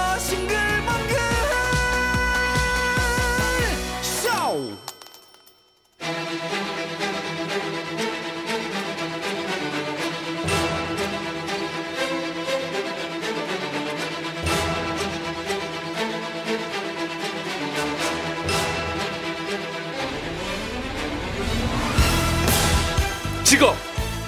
아, 직업,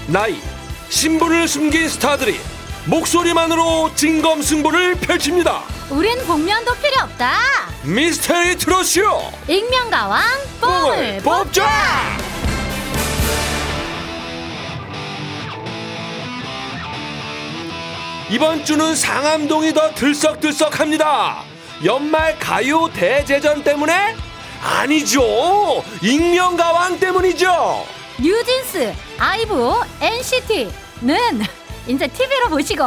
나이, 신분을 숨긴 스타들이 목소리만으로 진검승부를 펼칩니다. 우린 복면도 필요 없다. 미스터리 트롯쇼 익명가왕 뽕을 뽕을 뽑자! 이번 주는 상암동이 더 들썩들썩합니다. 연말 가요 대제전 때문에 아니죠. 익명가왕 때문이죠. 뉴진스, 아이브, NCT는 이제 TV로 보시고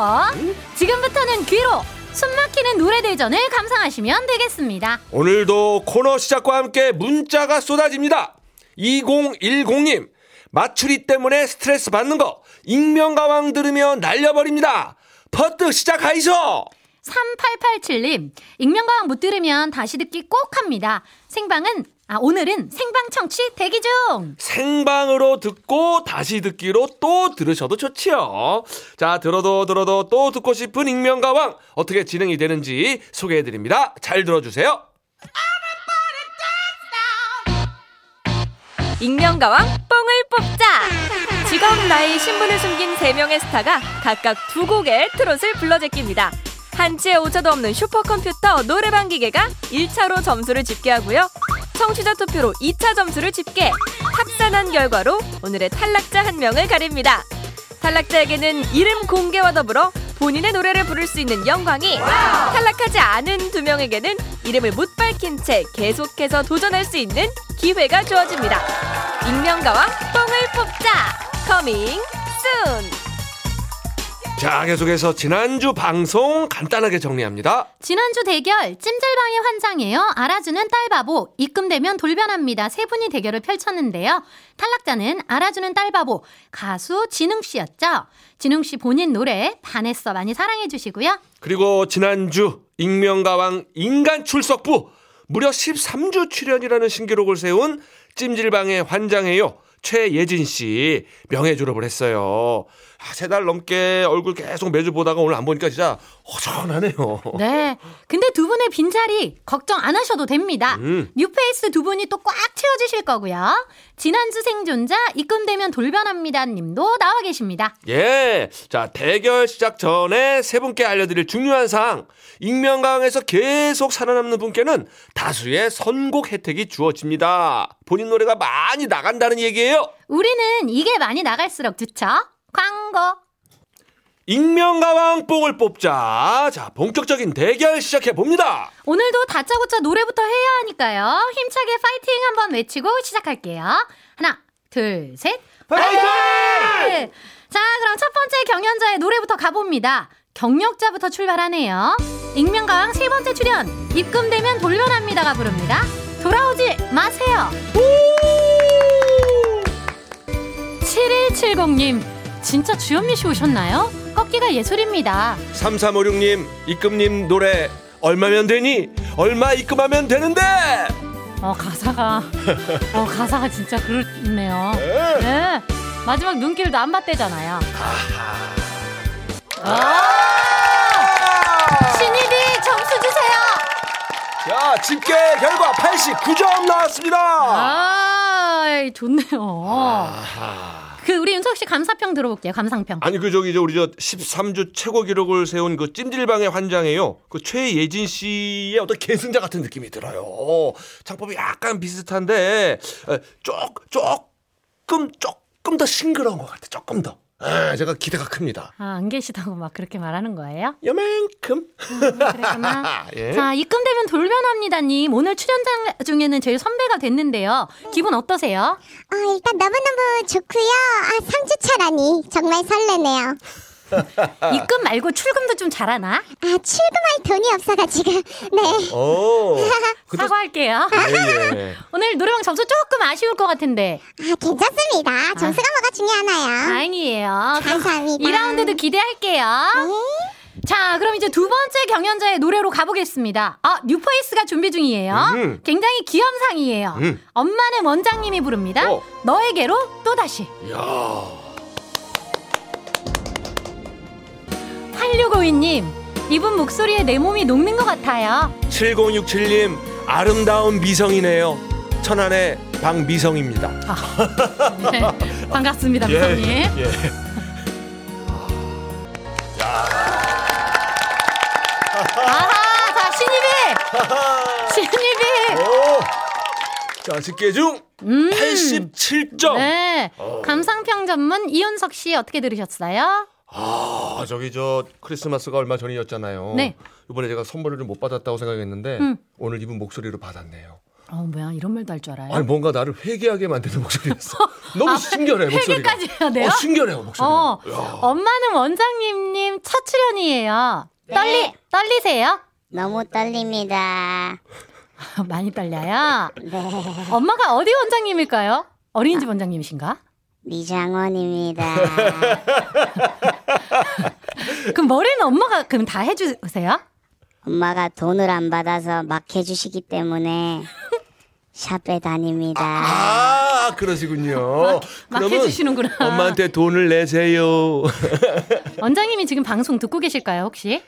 지금부터는 귀로 숨막히는 노래 대전을 감상하시면 되겠습니다. 오늘도 코너 시작과 함께 문자가 쏟아집니다. 2010님, 마추리 때문에 스트레스 받는 거, 익명가왕 들으며 날려버립니다. 퍼뜩 시작하이소! 3887님, 익명가왕 못 들으면 다시 듣기 꼭 합니다. 생방은, 아, 오늘은 생방 청취 대기 중! 생방으로 듣고 다시 듣기로 또 들으셔도 좋지요. 자, 들어도 들어도 또 듣고 싶은 익명가왕 어떻게 진행이 되는지 소개해 드립니다. 잘 들어주세요. 익명가왕 뽕을 뽑자! 직업, 나이, 신분을 숨긴 세명의 스타가 각각 두 곡의 트롯을 불러제낍니다. 한치의 오차도 없는 슈퍼컴퓨터 노래방 기계가 1차로 점수를 집계하고요. 청취자 투표로 2차 점수를 집계. 합산한 결과로 오늘의 탈락자 한 명을 가립니다. 탈락자에게는 이름 공개와 더불어 본인의 노래를 부를 수 있는 영광이 탈락하지 않은 두 명에게는 이름을 못 밝힌 채 계속해서 도전할 수 있는 기회가 주어집니다. 익명가왕 뽕을 뽑자 커밍 순 자, 계속해서 지난주 방송 간단하게 정리합니다. 지난주 대결, 찜질방의 환장이에요. 알아주는 딸바보, 입금되면 돌변합니다. 세 분이 대결을 펼쳤는데요. 탈락자는 알아주는 딸바보, 가수 진웅씨였죠. 진웅씨 본인 노래, 반했어 많이 사랑해주시고요. 그리고 지난주 익명가왕 인간 출석부 무려 13주 출연이라는 신기록을 세운 찜질방의 환장해요. 최예진 씨 명예 졸업을 했어요. 아, 세달 넘게 얼굴 계속 매주 보다가 오늘 안 보니까 진짜 허전하네요. 네. 근데 두 분의 빈자리 걱정 안 하셔도 됩니다. 음. 뉴페이스 두 분이 또 꽉 채워주실 거고요. 지난주 생존자 입금되면 돌변합니다 님도 나와 계십니다. 예. 자, 대결 시작 전에 세 분께 알려드릴 중요한 사항. 익명강에서 계속 살아남는 분께는 다수의 선곡 혜택이 주어집니다. 본인 노래가 많이 나간다는 얘기예요. 우리는 이게 많이 나갈수록 좋죠? 광고. 익명가왕 뽕을 뽑자. 자, 본격적인 대결 시작해 봅니다. 오늘도 다짜고짜 노래부터 해야 하니까요. 힘차게 파이팅 한번 외치고 시작할게요. 하나, 둘, 셋. 파이팅! 자, 그럼 첫 번째 경연자의 노래부터 가봅니다. 경력자부터 출발하네요. 익명가왕 세 번째 출연, 입금되면 돌변합니다가 부릅니다. 돌아오지 마세요. 7170님, 진짜 주현미 씨 오셨나요? 꺾기가 예술입니다. 3356님, 입금님 노래 얼마면 되니? 얼마 입금하면 되는데? 어 가사가 어 가사가 진짜 그렇네요. 네. 마지막 눈길도 안 봤대잖아요. 신이디 점수 주세요. 자, 집계 결과 89점 나왔습니다. 아, 좋네요. 아하. 그 우리 윤석 씨 감사평 들어볼게요. 감상평. 아니 그 저기 저 우리 저 13주 최고 기록을 세운 그 찜질방의 환장이에요. 그 최예진 씨의 어떤 계승자 같은 느낌이 들어요. 창법이 약간 비슷한데 쪽 조금 조금 더 싱그러운 것 같아. 조금 더. 아, 제가 기대가 큽니다. 아, 안 계시다고 막 그렇게 말하는 거예요? 요만큼. 그랬구나. 아, 예. 자, 입금되면 돌변합니다님. 오늘 출연자 중에는 제일 선배가 됐는데요. 기분 어떠세요? 아, 일단 너무너무 좋고요. 아, 3주차라니 정말 설레네요. 입금 말고 출금도 좀 잘하나? 아, 출금할 돈이 없어가지고. 네. 오. 그때- 사과할게요. 어. 예, 예. 오늘 노래방 점수 조금 아쉬울 것 같은데 아, 괜찮습니다. 점수가 뭐가 아. 중요하나요? 아. 다행이에요. 감사합니다. 2라운드도 기대할게요. 자, 그럼 이제 두 번째 경연자의 노래로 가보겠습니다. 아, 뉴페이스가 준비 중이에요. 음. 굉장히 귀염상이에요. 음. 엄마는 원장님이 부릅니다. 어. 너에게로 또다시. 야. 8652님, 이분 목소리에 내 몸이 녹는 것 같아요. 7067님 아름다운 미성이네요. 천안의 박미성입니다. 네. 반갑습니다, 미선님. 예. 아하, 자, 신입이! 신입이! 오. 자, 집계중 87점. 음. 어. 네. 감상평 전문 이윤석 씨 어떻게 들으셨어요? 아, 저기 저 크리스마스가 얼마 전이었잖아요. 네. 이번에 제가 선물을 좀 못 받았다고 생각했는데 음. 오늘 이분 목소리로 받았네요. 어, 뭐야, 이런 말도 할 줄 알아요? 아니 뭔가 나를 회개하게 만드는 목소리였어. 너무 신결해 목소리가. 회개까지 해야 돼요? 어, 신결해요 목소리. 어, 가 엄마는 원장님님 첫 출연이에요. 떨리, 떨리세요? 너무 떨립니다. 많이 떨려요? 네. 엄마가 어디 원장님일까요? 어린이집 원장님이신가? 미장원입니다. 그럼 머리는 엄마가 그럼 다 해주세요? 엄마가 돈을 안 받아서 막 해주시기 때문에 샵에 다닙니다. 아 그러시군요. 막 그러면 해주시는구나. 엄마한테 돈을 내세요. 원장님이 지금 방송 듣고 계실까요, 혹시?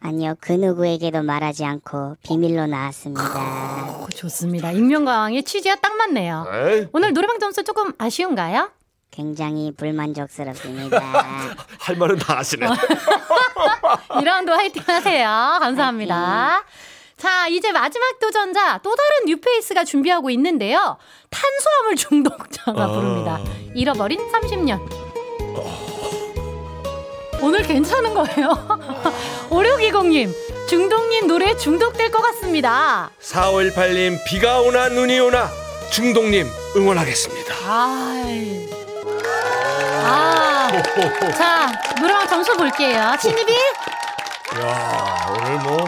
아니요, 그 누구에게도 말하지 않고 비밀로 나왔습니다. 오, 좋습니다. 익명가왕의 취지와 딱 맞네요. 에이, 오늘 노래방 점수 조금 아쉬운가요? 굉장히 불만족스럽습니다. 할 말은 다 하시네. 어. 2라운드 화이팅 하세요. 감사합니다. 자, 이제 마지막 도전자 또 다른 뉴페이스가 준비하고 있는데요. 탄수화물 중독자가 아. 부릅니다. 잃어버린 30년. 오늘 괜찮은 거예요. 5620님, 중독님 노래에 중독될 것 같습니다. 4518님 비가 오나 눈이 오나 중동님 응원하겠습니다. 아이. 아. 자, 노래방 점수 볼게요. 신입이? 야 오늘 뭐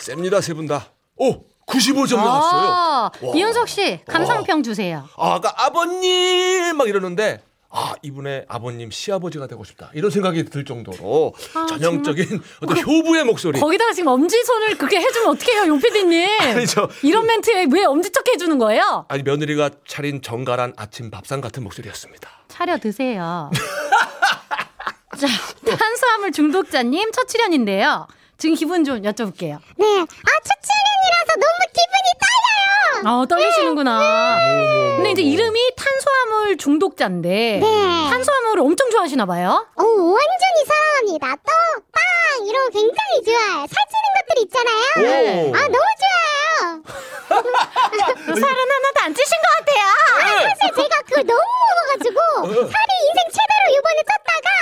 셉니다 세 분 다. 오 95점 나왔어요. 어, 와. 이윤석 씨, 감상평 주세요. 아, 아까 아버님 막 이러는데 아 이분의 아버님 시아버지가 되고 싶다 이런 생각이 들 정도로 아, 전형적인 어떤 효부의 목소리. 거기다가 지금 엄지손을 그렇게 해주면 어떡해요, 용피디님. 네. 아니, 저- 이런 멘트에 왜 엄지척 해주는 거예요? 아니 며느리가 차린 정갈한 아침 밥상 같은 목소리였습니다. 차려 드세요. 자, 탄수화물 중독자님 첫 출연인데요. 지금 기분 좀 여쭤볼게요. 네, 아, 첫 출연이라서 너무 기분이 떨려요! 어, 떨리시는구나. 근데 이제 이름이 탄수화물 중독자인데, 탄수화물을 엄청 좋아하시나 봐요. 오, 어, 완전히 사랑합니다. 떡, 빵, 이런 거 굉장히 좋아요. 살찌는 것들 있잖아요. 오. 네. 아, 너무 좋아요. 살은 하나도 안 찌신 것 같아요. 사실 제가 그걸 너무 먹어가지고 살이 인생 최대로 이번에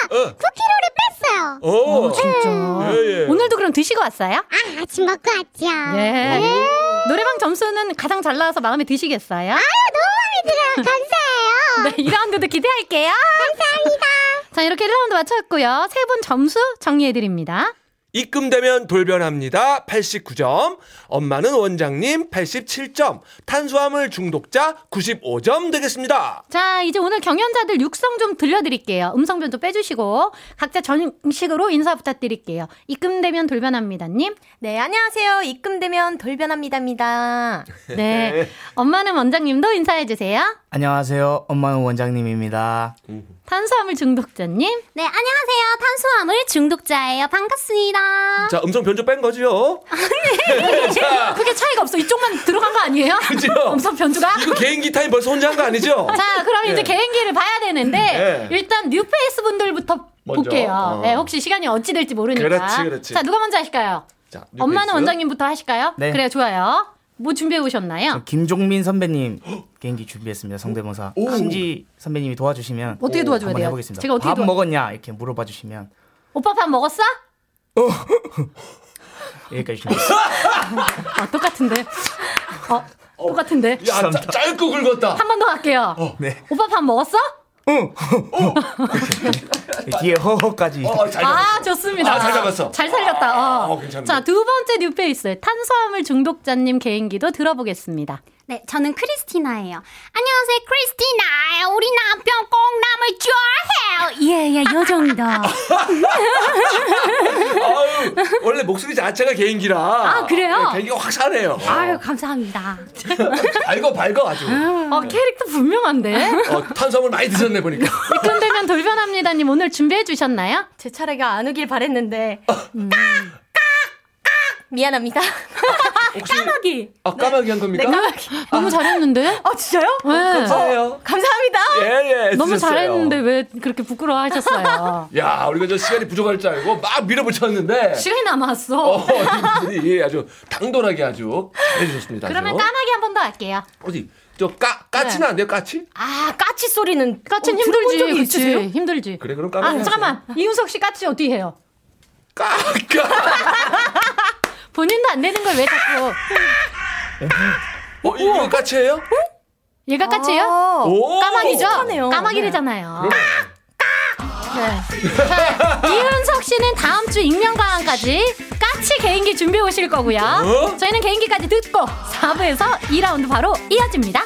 쪘다가 어. 9kg를 뺐어요. 오, 진짜. 예, 예. 네. 오늘도 그럼 드시고 왔어요? 아, 아침 먹고 왔죠. 네. 예. 노래방 점수는 가장 잘 나와서 마음에 드시겠어요? 너무 마음에 들어요. 감사해요. 네, 2라운드도 기대할게요. 감사합니다. 자, 이렇게 1라운드 마쳤고요. 세 분 점수 정리해드립니다. 입금되면 돌변합니다. 89점. 엄마는 원장님 87점. 탄수화물 중독자 95점 되겠습니다. 자, 이제 오늘 경연자들 육성 좀 들려드릴게요. 음성 변조 빼주시고, 각자 정식으로 인사 부탁드릴게요. 입금되면 돌변합니다님. 네, 안녕하세요. 입금되면 돌변합니다입니다. 네. 엄마는 원장님도 인사해주세요. 안녕하세요. 엄마는 원장님입니다. 네. 탄수화물 중독자님. 네, 안녕하세요. 탄수화물 중독자예요. 반갑습니다. 자, 음성 변조 뺀 거지요? 자, 그게 차이가 없어. 이쪽만 들어간 거 아니에요? 그죠? 음성 변조가? 이거 그 개인기 타임 벌써 혼자 한 거 아니죠? 자, 그럼 이제 예. 개인기를 봐야 되는데 예. 일단 뉴페이스 분들부터 먼저, 볼게요. 어. 예, 혹시 시간이 어찌 될지 모르니까. 그렇지, 그렇지. 자, 누가 먼저 하실까요? 자, 뉴페이스. 엄마는 원장님부터 하실까요? 네. 그래요, 좋아요. 뭐 준비해 오셨나요? 아, 김종민 선배님 개인기 준비했습니다. 성대모사. 신지 선배님이 도와주시면 어떻게 도와줘야 한번 돼요? 해보겠습니다. 제가 어떻게 밥 도와- 먹었냐 이렇게 물어봐 주시면 오빠 밥 먹었어? 여기까지 준비했습니다. 아, 똑같은데. 어, 똑같은데. 야, 짜- 짧고 굵었다. 한 번 더 갈게요. 어. 네. 오빠 밥 먹었어? 네, 뒤에 허허까지. 어, 잘 잡았어. 아, 좋습니다. 아, 잘 잡았어. 잘 살렸다. 어. 어, 괜찮네. 자, 두 번째 뉴페이스 탄수화물 중독자님 개인기도 들어보겠습니다. 네, 저는 크리스티나예요. 안녕하세요, 크리스티나. 우리 남편 꽁나물 좋아해요. 예, 예, 요 정도. 아유, 원래 목소리 자체가 개인기라. 아, 그래요? 개인기가 확 사네요. 아유, 감사합니다. 밝어, 밝어, 아주. 어, 캐릭터 분명한데. 어, 탄수화물 많이 드셨네, 보니까. 입금되면 돌변합니다님 오늘 준비해 주셨나요? 제 차례가 안 오길 바랬는데. 깍! 깍! 미안합니다. 혹시 까마귀. 네. 아 까마귀 한 겁니까? 너무 잘했는데? 아 진짜요? 네. 감사해요. 감사합니다. 어, 예예. 어, 너무 잘했는데 왜 그렇게 부끄러워하셨어요? 야 우리가 저 시간이 부족할 줄 알고 막 밀어붙였는데. 시간이 남았어. 어, 이분이 아주 당돌하게 아주 잘해주셨습니다. 아주. 그러면 까마귀 네. 한 번 더 할게요. 어디 저까 까치는 안 돼요 까치? 아 까치 소리는 까치는 어, 들어본 힘들지. 적이 그치? 있으세요? 힘들지. 그래 그럼 아 까마귀. 하세요. 잠깐만 이윤석 씨 까치 어떻게 해요? 까 까. 본인도 안 되는 걸 왜 자꾸 어 이거 까치예요? 얘가 까치예요? 어. 오. 까마귀죠? 똑똑하네요. 까마귀래잖아요. 그러네. 네. 자, 이윤석 씨는 다음 주 익명과항까지 까치 개인기 준비해 오실 거고요. 어? 저희는 개인기까지 듣고 4부에서 2라운드 바로 이어집니다.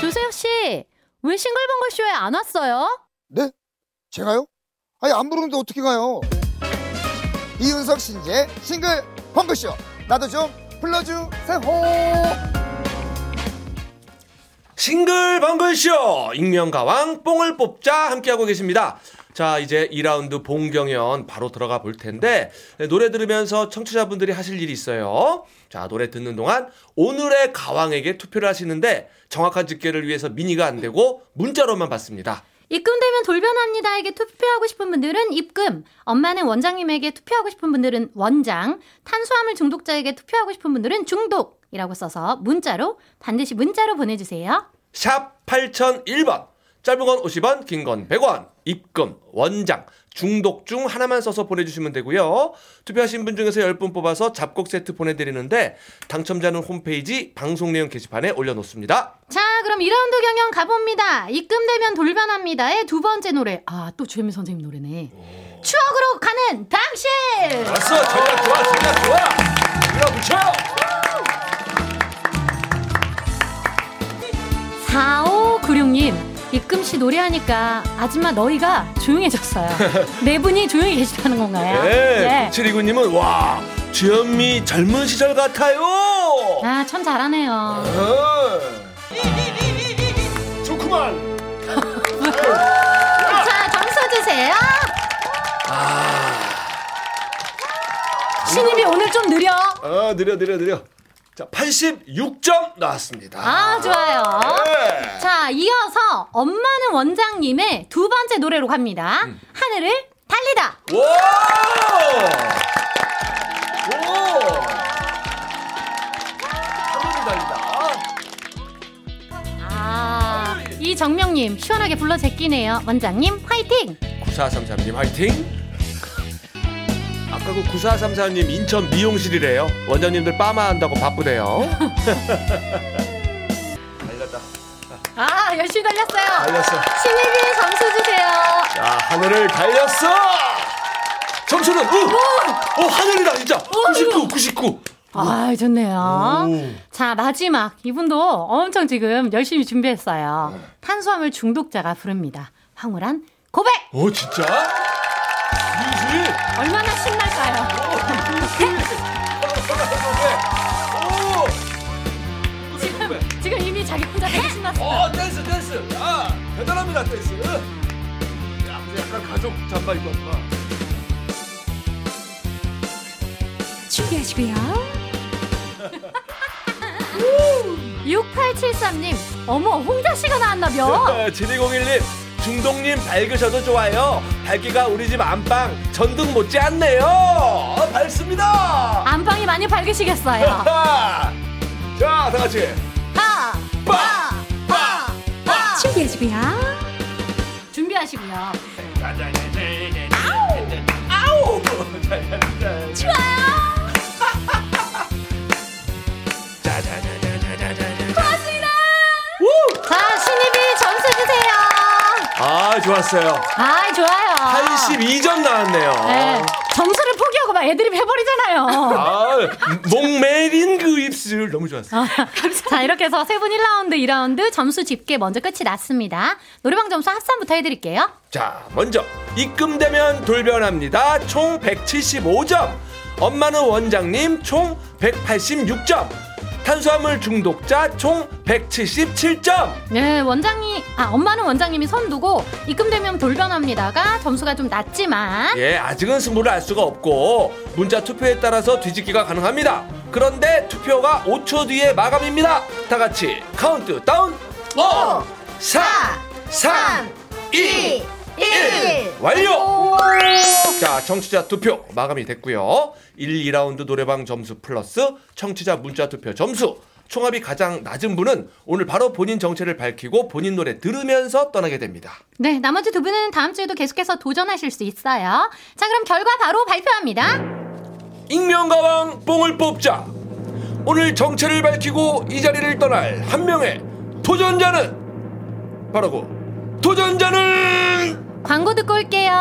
조세혁 씨, 왜 싱글벙글 쇼에 안 왔어요? 네? 제가요? 아니 안 부르는데 어떻게 가요? 이윤석 신재 싱글 펑크쇼 나도 좀 불러주세요 싱글벙글쇼 익명가왕 뽕을 뽑자 함께하고 계십니다. 자 이제 2라운드 본경연 바로 들어가 볼 텐데 네, 노래 들으면서 청취자분들이 하실 일이 있어요. 자 노래 듣는 동안 오늘의 가왕에게 투표를 하시는데 정확한 집계를 위해서 미니가 안 되고 문자로만 받습니다. 입금되면 돌변합니다에게 투표하고 싶은 분들은 입금, 엄마는 원장님에게 투표하고 싶은 분들은 원장, 탄수화물 중독자에게 투표하고 싶은 분들은 중독이라고 써서 문자로 반드시 문자로 보내주세요. 샵 8001번 짧은 건 50원 긴 건 100원 입금 원장 중독 중 하나만 써서 보내주시면 되고요 투표하신 분 중에서 10분 뽑아서 잡곡 세트 보내드리는데 당첨자는 홈페이지 방송 내용 게시판에 올려놓습니다 자, 그럼 2라운드 경연 가봅니다. 입금되면 돌변합니다의 두 번째 노래. 아, 또 주현미 선생님 노래네. 추억으로 가는 당신! 왔어 전략 좋아 전략 좋아 밀어붙여 4596님 입금 씨 노래하니까 아줌마 너희가 조용해졌어요. 네 분이 조용히 계시다는 건가요? 네 네. 9729님은 와 주현미 젊은 시절 같아요 아, 참 잘하네요. 어. 좋구만 자, 점수 주세요. 신입이 오늘 좀 느려. 아 느려 느려 느려 자 86점 나왔습니다 아, 좋아요. 네. 자, 이어서 엄마는 원장님의 두 번째 노래로 갑니다. 하늘을 달리다. 와! 오! 하늘을 달리다. 아, 이정명님 시원하게 불러 제끼네요. 원장님 화이팅. 9433님 화이팅! 아까 그 9434님 인천 미용실이래요. 원장님들 빠마한다고 바쁘대요. 달렸다. 아, 열심히 달렸어요. 달렸어. 신입이 점수 주세요. 자, 하늘을 달렸어! 점수는, 오! 오, 하늘이다, 진짜! 99, 99! 아, 좋네요. 오. 자, 마지막. 이분도 엄청 지금 열심히 준비했어요. 탄수화물 중독자가 부릅니다. 황홀한 고백! 오, 진짜? 이수일! 얼마나 신날까요? 오! 지금, 지금 이미 자기 혼자 되게 신났어요. 어, 댄스, 댄스! 야, 대단합니다, 댄스! 야, 근데 약간 가족 잠바 입고 왔구나. 준비하시고요. 6873님, 어머, 홍자씨가 나왔나벼? 네, 지리공일님, 중동님 밝으셔도 좋아요. 밝기가 우리 집 안방, 전등 못지않네요! 어, 밝습니다! 안방이 많이 밝으시겠어요. 아. 자, 다 같이. 하! 아. 빠! 빠! 하! 준비하시고요. 준비하시고요. 아우! 자, 신입이 점수 주세요. 아, 좋았어요. 아, 좋아요. 82점 나왔네요. 네, 점수를 포기하고 막 애드립 해버리잖아요. 아, 목매린 그 입술 너무 좋았어요. 자, 이렇게 해서 세 분 1라운드, 2라운드 점수 집계 먼저 끝이 났습니다. 노래방 점수 합산부터 해드릴게요. 자, 먼저 입금되면 돌변합니다. 총 175점. 엄마는 원장님 총 186점. 탄수화물 중독자 총 177점. 네, 원장님, 아, 엄마는 원장님이 선두고, 입금되면 돌변합니다가 점수가 좀 낮지만, 예, 아직은 승부를 알 수가 없고 문자 투표에 따라서 뒤집기가 가능합니다. 그런데 투표가 5초 뒤에 마감입니다. 다 같이 카운트 다운. 5, 4, 3, 2, 1. 완료. 자, 청취자 투표 마감이 됐고요. 1, 2라운드 노래방 점수 플러스 청취자 문자 투표 점수 총합이 가장 낮은 분은 오늘 바로 본인 정체를 밝히고 본인 노래 들으면서 떠나게 됩니다. 네, 나머지 두 분은 다음 주에도 계속해서 도전하실 수 있어요. 자, 그럼 결과 바로 발표합니다. 익명가왕 뽕을 뽑자 오늘 정체를 밝히고 이 자리를 떠날 한 명의 도전자는 바로 그 도전자는 광고 듣고 올게요.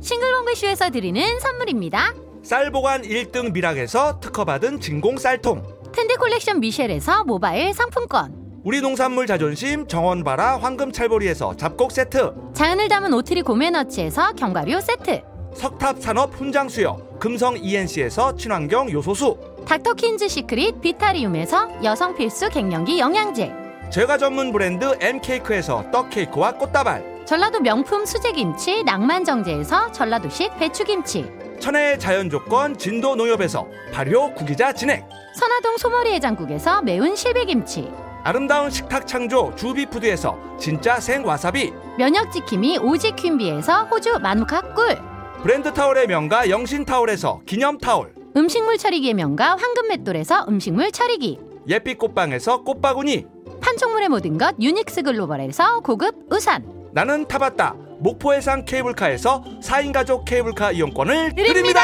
싱글벙글쇼에서 드리는 선물입니다. 쌀보관 1등 미락에서 특허받은 진공 쌀통 텐데 콜렉션 미셸에서 모바일 상품권. 우리 농산물 자존심 정원바라 황금찰보리에서 잡곡 세트 자연을 담은 오트리 고메너치에서 견과류 세트. 석탑산업 훈장수여 금성 ENC에서 친환경 요소수 닥터킨즈 시크릿 비타리움에서 여성 필수 갱년기 영양제. 제과 전문 브랜드 M케이크에서 떡케이크와 꽃다발 전라도 명품 수제김치 낭만정제에서 전라도식 배추김치. 천혜의 자연조건 진도농협에서 발효 구기자 진액 선화동 소머리 해장국에서 매운 실비김치. 아름다운 식탁 창조 주비푸드에서 진짜 생 와사비 면역 지킴이 오지 퀸비에서 호주 마누카 꿀. 브랜드 타올의 명가 영신 타올에서 기념 타올 음식물 처리기의 명가 황금맷돌에서 음식물 처리기. 예빛 꽃방에서 꽃바구니 판촉물의 모든 것 유닉스 글로벌에서 고급 우산. 나는 타봤다 목포해상 케이블카에서 4인 가족 케이블카 이용권을 드립니다.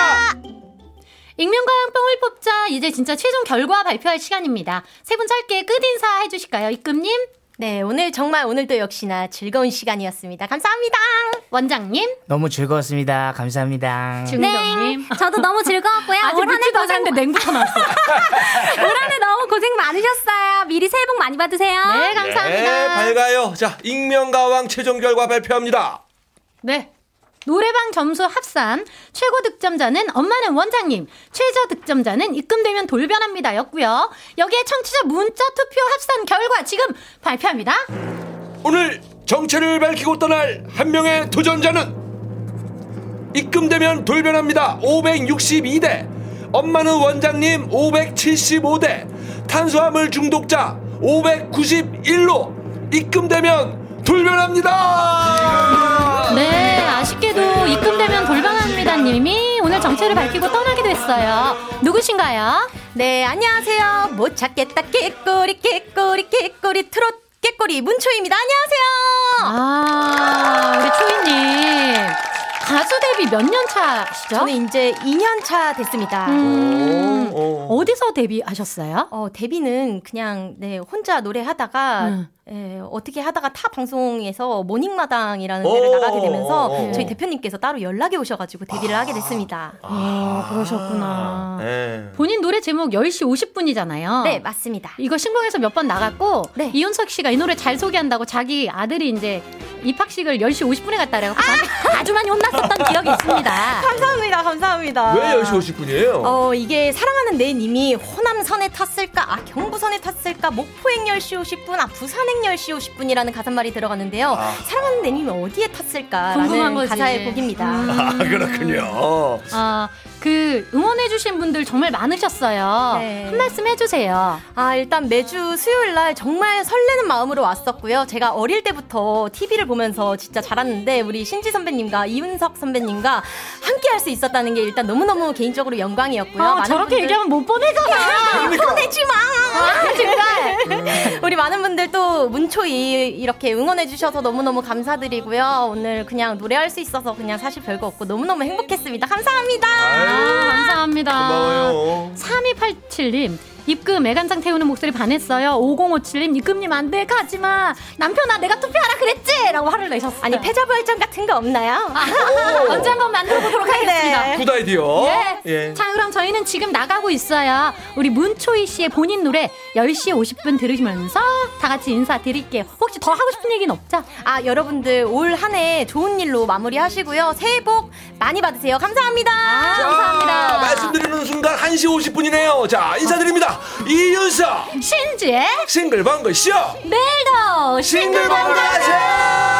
익명과 뽕을 뽑자. 이제 진짜 최종 결과 발표할 시간입니다. 세 분 짧게 끝인사 해주실까요? 입금님, 네, 오늘 정말 오늘도 역시나 즐거운 시간이었습니다. 감사합니다. 원장님, 너무 즐거웠습니다. 감사합니다. 중정님. 네. 저도 너무 즐거웠고요. 올 한해 고생 냉부터 나왔어. 올 한해 너무 고생 많으셨어요. 미리 새해 복 많이 받으세요. 네, 네, 감사합니다. 밝아요. 자, 익명가왕 최종 결과 발표합니다. 네. 노래방 점수 합산 최고 득점자는 엄마는 원장님 최저 득점자는 입금되면 돌변합니다였고요 여기에 청취자 문자 투표 합산 결과 지금 발표합니다 오늘 정체를 밝히고 떠날 한 명의 도전자는 입금되면 돌변합니다. 562대. 엄마는 원장님 575대. 탄수화물 중독자 591로 입금되면 돌변합니다. 네, 아쉽게도 입금되면 돌변합니다 님이 오늘 정체를 밝히고 떠나게 됐어요. 누구신가요? 네, 안녕하세요. 못 찾겠다. 깨꼬리, 깨꼬리, 깨꼬리, 트롯, 깨꼬리, 문초입니다. 안녕하세요. 아, 우리 초이님. 가수 데뷔 몇 년 차시죠? 저는 이제 2년 차 됐습니다. 음, 오, 오. 어디서 데뷔하셨어요? 어, 데뷔는 그냥, 네, 혼자 노래하다가, 음. 예, 어떻게 하다가 타 방송에서 모닝마당이라는 오, 데를 나가게 되면서 오, 오, 오. 저희 대표님께서 따로 연락이 오셔가지고 데뷔를 하게 됐습니다. 아, 그러셨구나. 네. 본인 노래 제목 10시 50분이잖아요. 네, 맞습니다. 이거 신곡에서 몇 번 나갔고 네. 이윤석 씨가 이 노래 잘 소개한다고 자기 아들이 이제 입학식을 10시 50분에 갔다라고 아! 아주 많이 혼났었던 기억이 있습니다. 감사합니다, 감사합니다. 왜 10시 50분이에요? 어, 이게 사랑하는 내 님이 호남선에 탔을까, 아, 경부선에 탔을까, 목포행 10시 50분, 아, 부산행 10시 50분이라는 가사말이 들어가는데요. 아. 사랑하는 내 님이 어디에 궁금한 탔을까라는 거지. 음. 가사의 곡입니다. 아, 그렇군요. 아, 그 응원해주신 분들 정말 많으셨어요. 네. 한 말씀 해주세요. 아, 일단 매주 수요일 날 정말 설레는 마음으로 왔었고요. 제가 어릴 때부터 TV를 보면서 진짜 자랐는데, 우리 신지 선배님과 이윤석 선배님과 함께 할 수 있었다는 게 일단 너무너무 개인적으로 어, 영광이었고요. 아, 많은 분들- 못 보내잖아. 보내지 마! 아, 정말. 우리 많은 분들 또 문초이 이렇게 응원해 주셔서 너무너무 감사드리고요. 오늘 그냥 노래할 수 있어서 그냥 사실 별거 없고 너무너무 행복했습니다. 감사합니다. 아, 감사합니다. 고마워요. 3287님. 입금 애간장 태우는 목소리 반했어요. 5057님 입금님 안 돼 가지마. 남편아 내가 투표하라 그랬지라고 화를 내셨어요. 아, 아니 패자부활전 같은 거 없나요? 언제 한번 만들어 보도록 하겠습니다. 네. 굿 아이디어. 예. 예. 자, 그럼 저희는 지금 나가고 있어요. 우리 문초희 씨의 본인 노래 10시 50분 들으시면서 다 같이 인사드릴게요. 혹시 더 하고 싶은 얘기는 없죠? 아 여러분들 올 한 해 아, 좋은 일로 마무리하시고요. 새해 복 많이 받으세요. 감사합니다. 네. 자, 말씀드리는 1시 50분이네요. 자, 인사드립니다. 이윤석 신지의 싱글벙글 쇼! 멜더 싱글벙글 하세요!